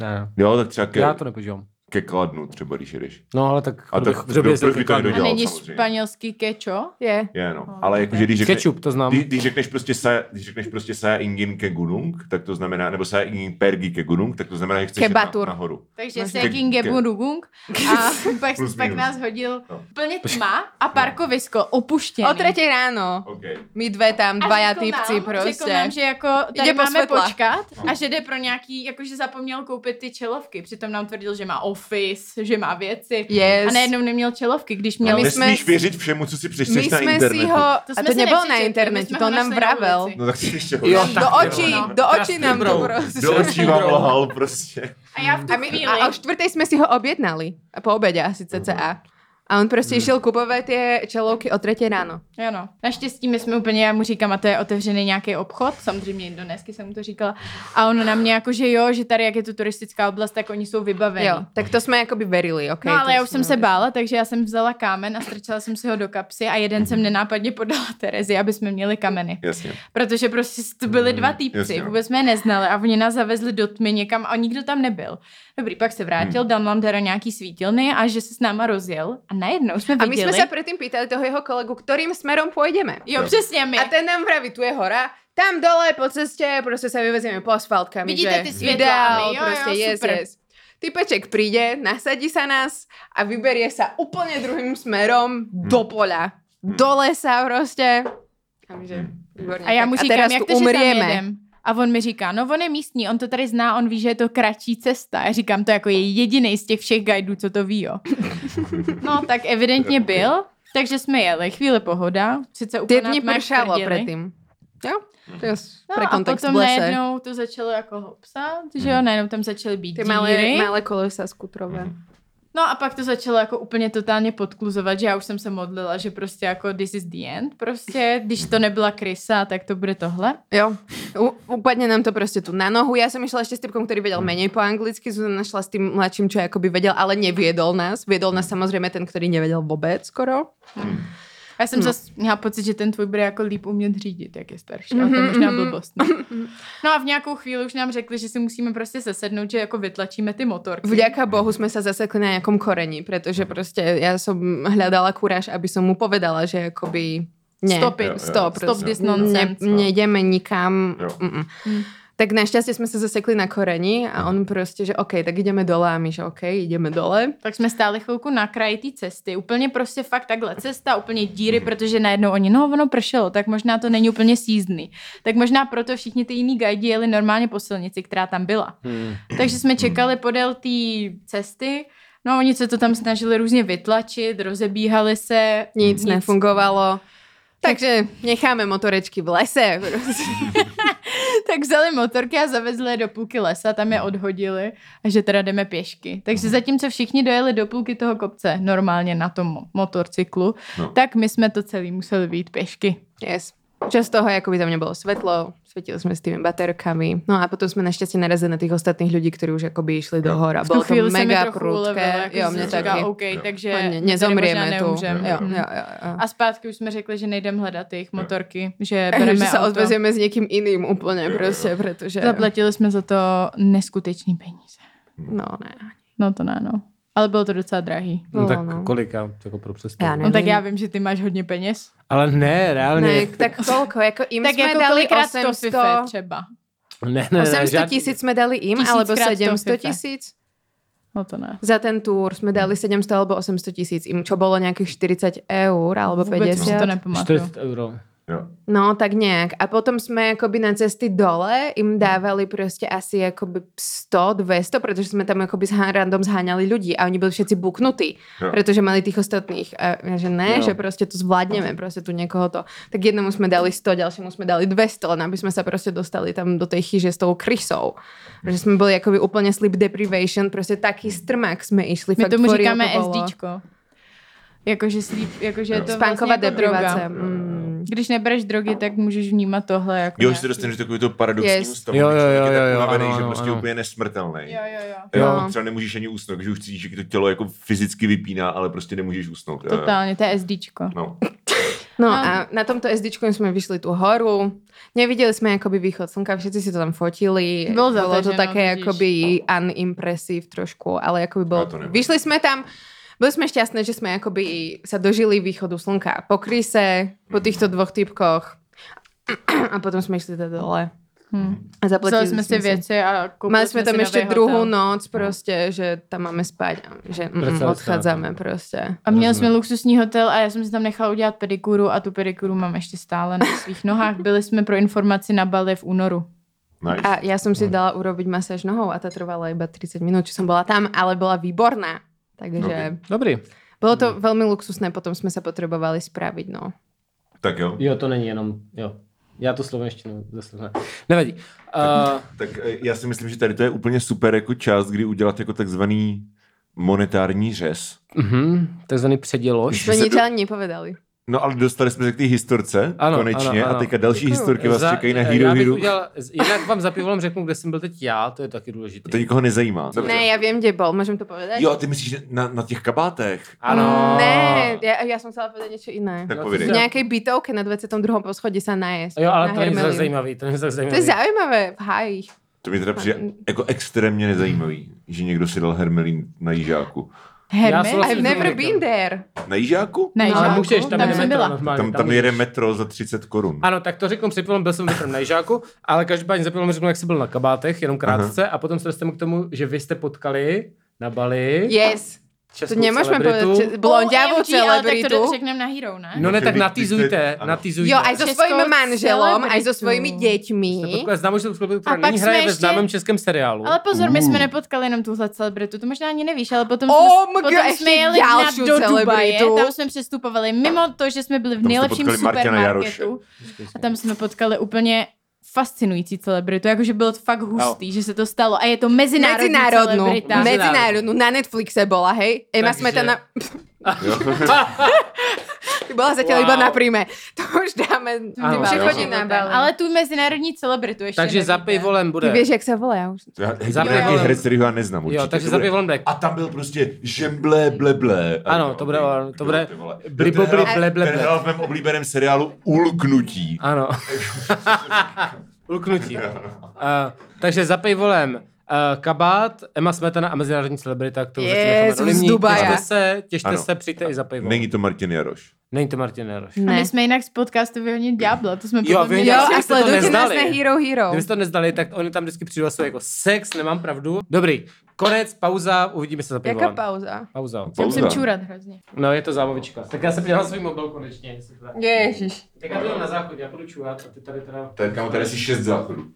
D: Ne, ne.
A: Jo, tak třeba
D: Já
A: ke,
D: to nepoužívám.
A: ke Kladnu třeba, když jedeš.
D: No, ale tak...
A: A
D: kdo
A: tak
D: by- kdo by
A: kdo
D: jezdil
A: první to
D: ke Kladnu?
A: nedodal?
B: A není
A: samozřejmě.
B: španělský kečo?
C: Je.
A: Je, no. Ale jakože, když řekneš...
D: Ketchup, to znám.
A: Když, když řekneš prostě sa, když řekneš prostě sa ingin ke Gunung, tak to znamená, nebo sa ingin pergi ke Gunung, tak to znamená, že chceš jít na,
C: Kebatur.
A: nahoru.
B: Takže
C: Máš
B: se
A: nějaký-
B: prostě King
A: ke-
B: Gebudung a pak,
A: Plus
B: pak
A: minus.
B: nás hodil
A: No.
B: plně tma a parkovisko opuštěné.
C: O třetí ráno.
A: Okay.
C: My dve tam,
B: A
C: dvaja
B: řekl nám-
C: typci
B: Řekl
C: prostě.
B: nám, že jako tady
C: Jde po No.
B: máme
C: světla.
B: počkat a že jde pro nějaký, jakože zapomněl koupit ty čelovky. Přitom nám tvrdil, že má office, že má věci.
C: Yes.
B: A najednou neměl čelovky, když
A: No,
B: měl...
C: my jsme-
A: nesmíš věřit všemu, co si
C: My
A: přečteš na
C: jsme si
A: internetu.
C: ho... A
B: jsme
C: to
B: si
C: nebylo na
B: nepřečetli, my
C: internetu,
B: jsme
C: to
B: ho
C: on nám
B: našli na
C: vravel.
B: ulici.
A: No tak si ještě ho
D: Jo,
C: Do
D: tak,
C: očí,
D: jo,
C: do
D: no. Krásný
C: očí nám to
D: brou.
C: prostě.
A: Do očí vám lhal prostě.
B: A já v tu
C: A, my,
B: chvíli...
C: a o čtvrtej jsme si ho objednali. A po obědě asi cca. A on prostě šel kupovat ty čelouky o třetí ráno.
B: Jo no. Naštěstí my jsme úplně, já mu říkám, a to je otevřený nějaký obchod, samozřejmě indonésky jsem mu to říkala. A ono na mě jako, že jo, že tady jak je to turistická oblast, tak oni jsou vybaveni.
C: Jo, tak to jsme jakoby verili, ok.
B: No ale
C: to
B: já už jsem
C: jsme-
B: se bála, takže já jsem vzala kámen a strčila jsem si ho do kapsy a jeden jsem nenápadně podala Terezi, aby jsme měli kameny.
A: Jasně.
B: Protože prostě to byli dva
A: jasně,
B: týpci,
A: no.
B: vůbec jsme je neznali a oni nás zavezli do tmy někam a nikdo tam nebyl. Dobrý, pak se vrátil, dal nám teda nějaký svítilny a že se s náma rozjel a najednou jsme
C: A my
B: viděli...
C: jsme se předtím pýtali toho jeho kolegu, kterým směrem pojedeme.
B: Jo, přesně my.
C: A ten nám praví, tu je hora, tam dole po cestě prostě se vyvezeme po asfaltkami.
B: Vidíte
C: že
B: ty světla,
C: Ideál,
B: my, jo,
C: prostě
B: jo,
C: yes,
B: super.
C: yes. Typeček přijde, nasadí sa nás a vyberie sa úplně druhým směrem do pola. Do lesa prostě. A, my, že, výborně,
B: A já
C: tak
B: mu říkám,
C: teraz
B: jak
C: tu
B: to, že tam jedem? A on mi říká, no on je místní, on to tady zná, on ví, že je to kratší cesta. Já říkám, to jako je jediný z těch všech guidů, co to ví, jo. No, tak evidentně byl, takže jsme jeli. Chvíli pohoda, sice
C: Ty
B: úplně
C: dní
B: nadmáš
C: pršalo
B: prděli.
C: předtím. Jo? To je pre
B: No, a
C: kontext
B: potom
C: v lese. Mhm.
B: najednou to začalo jako hopsat, že jo, najednou tam začaly být
C: Ty
B: díry.
C: malé, malé kolesa skutrové.
A: Mhm.
C: No,
B: No a pak to začalo jako úplně totálně podkluzovat, že já už jsem se modlila, že prostě jako this is the end, prostě, když to nebyla krysa, tak to bude tohle.
C: Jo, U, upadne nám to proste tu na nohu. Ja som išla ešte s typkom, ktorý
B: Hmm.
C: vedel menej po anglicky, som našla s tým mladším, čo akoby vedel, ale neviedol nás. Viedol
B: Hmm.
C: nás samozrejme ten, ktorý nevedel vôbec skoro.
B: A já jsem no. zase měla pocit, že ten tvůj bude jako líp umět řídit, jak je starší, ale to
C: Mhm,
B: je možná blbost. No. no a v nějakou chvíli už nám řekli, že si musíme prostě sesednout, že jako vytlačíme ty motorky.
C: Vďaka Bohu sme sa zasekli na nejakom koreni, prostě pretože
B: Hmm.
C: proste ja som hľadala kuráž, aby som mu povedala, že akoby... Nie,
B: Stop
A: Jo,
B: it,
A: jo,
B: stop,
A: prostě.
B: stop this nonsense. No. Hmm.
C: Ne, nejdeme nikam.
A: Jo.
C: Mm-mm. Tak našťastie sme sa zasekli na koreni a on proste, že OK, tak ideme dole a my, že OK, ideme dole.
B: Tak jsme stáli chvilku na kraji té cesty. Úplně prostě fakt takhle cesta, úplně
D: Mhm.
B: díry, protože najednou oni, no ono pršelo, tak možná to není úplně sízdný. Tak možná proto všichni ty jiní gajdi jeli normálně po silnici, která tam byla.
D: Hmm.
B: Takže jsme čekali podél té cesty, no a oni se to tam snažili různě vytlačit, rozebíhali se.
C: Nic, Nic. nefungovalo. Takže necháme motorečky v lese.
B: Tak vzali motorky a zavezli je do půlky lesa, tam je odhodili a že teda jdeme pěšky. Takže zatímco všichni dojeli do půlky toho kopce normálně na tom mo- motorcyklu,
A: No.
B: no. tak my jsme to celý museli být pěšky.
C: Yes. Čas toho, jako akoby tam nebolo svetlo, svetili sme s tými baterkami. No a potom sme našťastie narazili na tých ostatných ľudí, ktorí už akoby išli do
B: V
C: hora.
B: tu
C: Bolo to
B: chvíli se mi
C: mega
B: trochu ulevilo,
C: prudké.
B: jako
C: Jo,
B: jsem
C: mne
B: si
C: taky.
B: říkala, OK,
A: Jo.
B: takže
C: Hodně,
B: tady
C: nezomrieme
B: možná
C: tu.
B: neumřem.
C: Jo,
B: Jo.
C: jo, jo, jo.
B: Mhm. A zpátky už jsme řekli, že nejdem hledat jejich motorky, že
C: A že
B: bereme
C: sa
B: auto.
C: odvezieme s niekým iným úplne proste, pretože...
B: Zaplatili jsme za to neskutečný peníze.
C: No ne.
B: No to ne, no. Ale bylo to docela drahý.
D: No,
C: No,
D: tak
C: no.
D: kolika jako pro
C: Já
D: představu.
C: nevím.
B: No tak já vím, že ty máš hodně peněz.
D: Ale ne, reálně.
C: ne tak koľko? Jako im
B: Tak
C: sme
B: jako
C: dali
B: kolikrát to fife
C: 800...
B: třeba.
D: ne, ne, ne,
C: 800
D: žád-
C: tisíc sme dali im,
B: Tisíckrát
C: alebo
B: to
C: 700
B: fife.
C: tisíc?
B: No to ne.
C: Za ten túr sme
B: Hmm.
C: dali 700 alebo 800 tisíc im, čo bolo nejakých 40 eur alebo
B: Vůbec si to
C: 50.
B: nepamatuju.
D: 40 euro.
A: Jo.
C: No, tak nejak. A potom sme akoby na cesty dole
B: Mhm.
C: im dávali proste asi akoby 100, 200, pretože sme tam akoby s há- random zháňali ľudí a oni boli všetci buknutí,
A: Jo.
C: pretože mali tých ostatných. A ja, že ne,
D: Jo.
C: že proste to
B: No.
C: zvládneme, proste tu niekoho to. Tak jednomu sme dali 100, ďalšiemu sme dali 200, len aby sme sa proste dostali tam do tej chyže s tou krysou. Protože sme boli akoby úplne sleep deprivation, proste taký strmák sme išli.
B: My
C: fakt
B: tomu
C: tvorilo
B: říkáme
C: to bolo.
B: SDčko. Jakože, slíp, jakože je to
C: Spánková
B: vlastně jako droga.
C: deprivácia. Mm.
B: Když nebereš drogy, tak můžeš vnímat tohle jako
A: Jo, že se
B: nějaký-
A: dostaneš do takového paradoxního
C: Yes.
A: stavu,
D: Jo,
A: kdy
D: jo,
A: člověk je
D: jo,
A: tak
D: jo,
A: unavený,
D: ano,
A: že
D: ano,
A: prostě
D: ano.
A: úplně nesmrtelný.
B: Jo, jo, jo.
A: Jo,
C: No.
A: třeba nemůžeš ani usnout, když už cítíš, že to tělo jako fyzicky vypíná, ale prostě nemůžeš usnout. Jo, jo.
B: Totálně, to je SDčko.
A: No.
C: No
B: No.
C: a na tomto SD sme vyšli tú horu. Nevideli sme akoby východ slnka, všetci si to tam fotili.
B: Bolo
C: bolo to
B: zataženo,
C: také
B: no, vidíš.
C: akoby unimpressive trošku, ale akoby bolo...
A: Ale to nevadí.
C: vyšli sme tam, boli sme šťastné, že sme akoby sa dožili východu slnka. Po kryse, po týchto dvoch typkoch a potom sme išli teda dole.
B: Hm.
C: A zaplatili
B: Vzali jsme si věci a koupili
C: Mali sme
B: si
C: tam
B: nový
C: no- ešte
B: hotel.
C: druhú noc proste, že tam máme spať, a že mm,
D: Predstavte sa na to.
C: odchádzame prostě. proste.
B: A měli
D: Rozumím.
B: jsme luxusní hotel a já jsem si tam nechala udělat pedikuru a tu pedikuru mám ještě stále na svých nohách. Byli jsme pro informaci na Bali v únoru.
A: Nice.
C: A ja som si
A: No.
C: dala urobiť masáž nohou a tá trvala iba 30 minút, čo som bola tam, ale bola výborná. Takže
D: Dobrý.
C: bolo to
A: Hmm.
C: veľmi luxusné, potom sme sa potrebovali spraviť, no.
A: Tak jo.
D: Jo, to není jenom, jo. Já tu slovenštinu zase ne. Nevadí. Uh,
A: Tak eh, já si myslím, že tady to je úplně super jako část, kdy udělat jako takzvaný monetární řez.
D: uh-huh, takzvaný předělož.
C: To nič ani nepovedali.
A: No ale dostali jsme se k té historce
D: Ano,
A: konečně
D: ano, ano.
A: a teďka další
C: Děkuju.
A: historky vás čekají na
D: já
A: Hero
D: bych
A: Hero.
D: udělal, jednak vám za pivolem řeknu, kde jsem byl teď já, to je taky důležité.
A: To nikoho nezajímá. Dobře.
C: Ne, ja viem, kde bol, môžem to povedať?
A: Jo, ty myslíš na, na těch kabátech.
D: Ano.
C: Ne, ja, ja som chcela povedať niečo iné.
A: Tak
D: No,
A: povídej.
C: V nejakej bytovke na 22. poschodí sa najesť.
D: Jo, ale
C: na
D: to není tak
C: Hermelín.
D: zajímavý, to není tak
C: To
D: zajímavý.
C: je zaujímavé, v háji.
A: To mi teda přijde jako extrémně nezajímavý, že někdo si dal hermelín na jížáku.
B: Hermes?
D: souhlasím.
C: I've never been there.
A: Na jížáku?
B: Ne,
D: ale
B: Žáku?
D: můžeš, tam,
B: tam
D: jede
B: jsem
D: metro
B: byla.
D: normálně,
A: Tam, tam jede
D: můžeš.
A: metro za 30 korun.
D: Ano, tak to řeknu před pilom, byl jsem metrem na Jižáku, ale každopádně za pilom řeknu, jak jsi byl na kabátech, jenom krátce, a potom se dostaneme k tomu, že vy jste potkali na Bali
C: Yes. To
D: Hm? českou
C: nemôžeme
D: celebritu.
C: povedať, že- blondiavou
B: OMG, ale tak to
C: celebritu.
B: řekneme na Hero, ne?
D: No ne, tak
A: Vy- vy jste-
D: natýzujte,
A: ano.
D: natýzujte.
C: Jo, aj so
B: Českou
C: svojím manželom, aj so
B: celebritu.
C: svojimi deťmi.
D: Jste potkali známou českou celebritu, která
B: A pak
D: není
B: jsme
D: hraje ve
B: ještě-
D: známém českém seriálu.
B: Ale pozor, my
A: Mm.
B: jsme nepotkali jenom tuhle celebritu, to možná ani nevíš, ale potom
C: Oh my
B: jsme, potom
C: God, ještě
B: jsme jeli na
C: další
B: do Dubaje,
C: celebritu.
B: tam jsme přestupovali, mimo to, že jsme byli v
A: jste
B: nejlepším
A: potkali Martina Jaroše.
B: supermarketu a tam jsme potkali úplně fascinující celebritu, jakože bylo to fakt hustý, no. že se to stalo a je to mezinárodní,
C: Medzinárodnú.
B: celebrita.
D: Mezi-
C: Medzinárodnú. Na Netflixe bola, hej? Emma
D: Takže-
C: Smetana
A: Jo.
C: bola zatiaľ
D: Wow.
C: iba na príjme. To už dáme.
D: Áno.
C: Přechodí
B: Ano.
C: na Bali.
B: Ale tu mezinárodní celebritu ještě
D: Takže
B: nevíte.
D: za pivolem
C: Ty
D: bude.
C: vieš, jak sa volá. ja Už...
A: To já- hej,
D: Za
A: to je nějaký
D: pivolem.
A: herec, kterýho já neznám určitě.
D: Jo, takže
A: To bude-
D: za pivolem bude
A: A tam byl prostě žemble, bleble.
D: Ano, to bude- to bude- blibo, bli- ble, ble,
A: Ten
D: ble.
A: hrál v mém oblíbeném seriálu Ulknutí.
D: Ano. Ulknutí. Uh, takže za pivolem uh, kabát, Emma Smetana a mezinárodní celebrita, kterou
C: Jezus,
D: začínáme na Olymní.
C: z Dubaje.
D: Těšte se, těšte
A: Ano.
D: se, přijďte i za pivolem.
A: Není to Martin Jaroš.
D: Není to Martin Neroš.
B: A
C: Ne.
B: my jsme jinak z podcastu Vyhonit Ďábla, to jsme
D: Jo,
B: podle mě
D: Vyhonit
C: Jo,
D: Já si
C: a
D: myslím, že to
C: sledujte nás
D: neznali.
C: na Hero Hero.
D: Kdybyste to neznali, tak oni tam vždycky přijdou a jsou jako sex, nemám pravdu. Dobrý, konec, pauza, uvidíme se za pivolem.
C: Jaká pauza?
D: Pauza.
B: Já musím
A: Pouda.
B: čůrat hrozně.
D: No, je to zábavička. Tak já se podívám na svůj mobil konečně. jestli teda-
C: Ježiš.
D: Tak já to mám na záchodě, já budu čuhat a ty tady teda...
A: To je kamo, tady asi šest záchodů.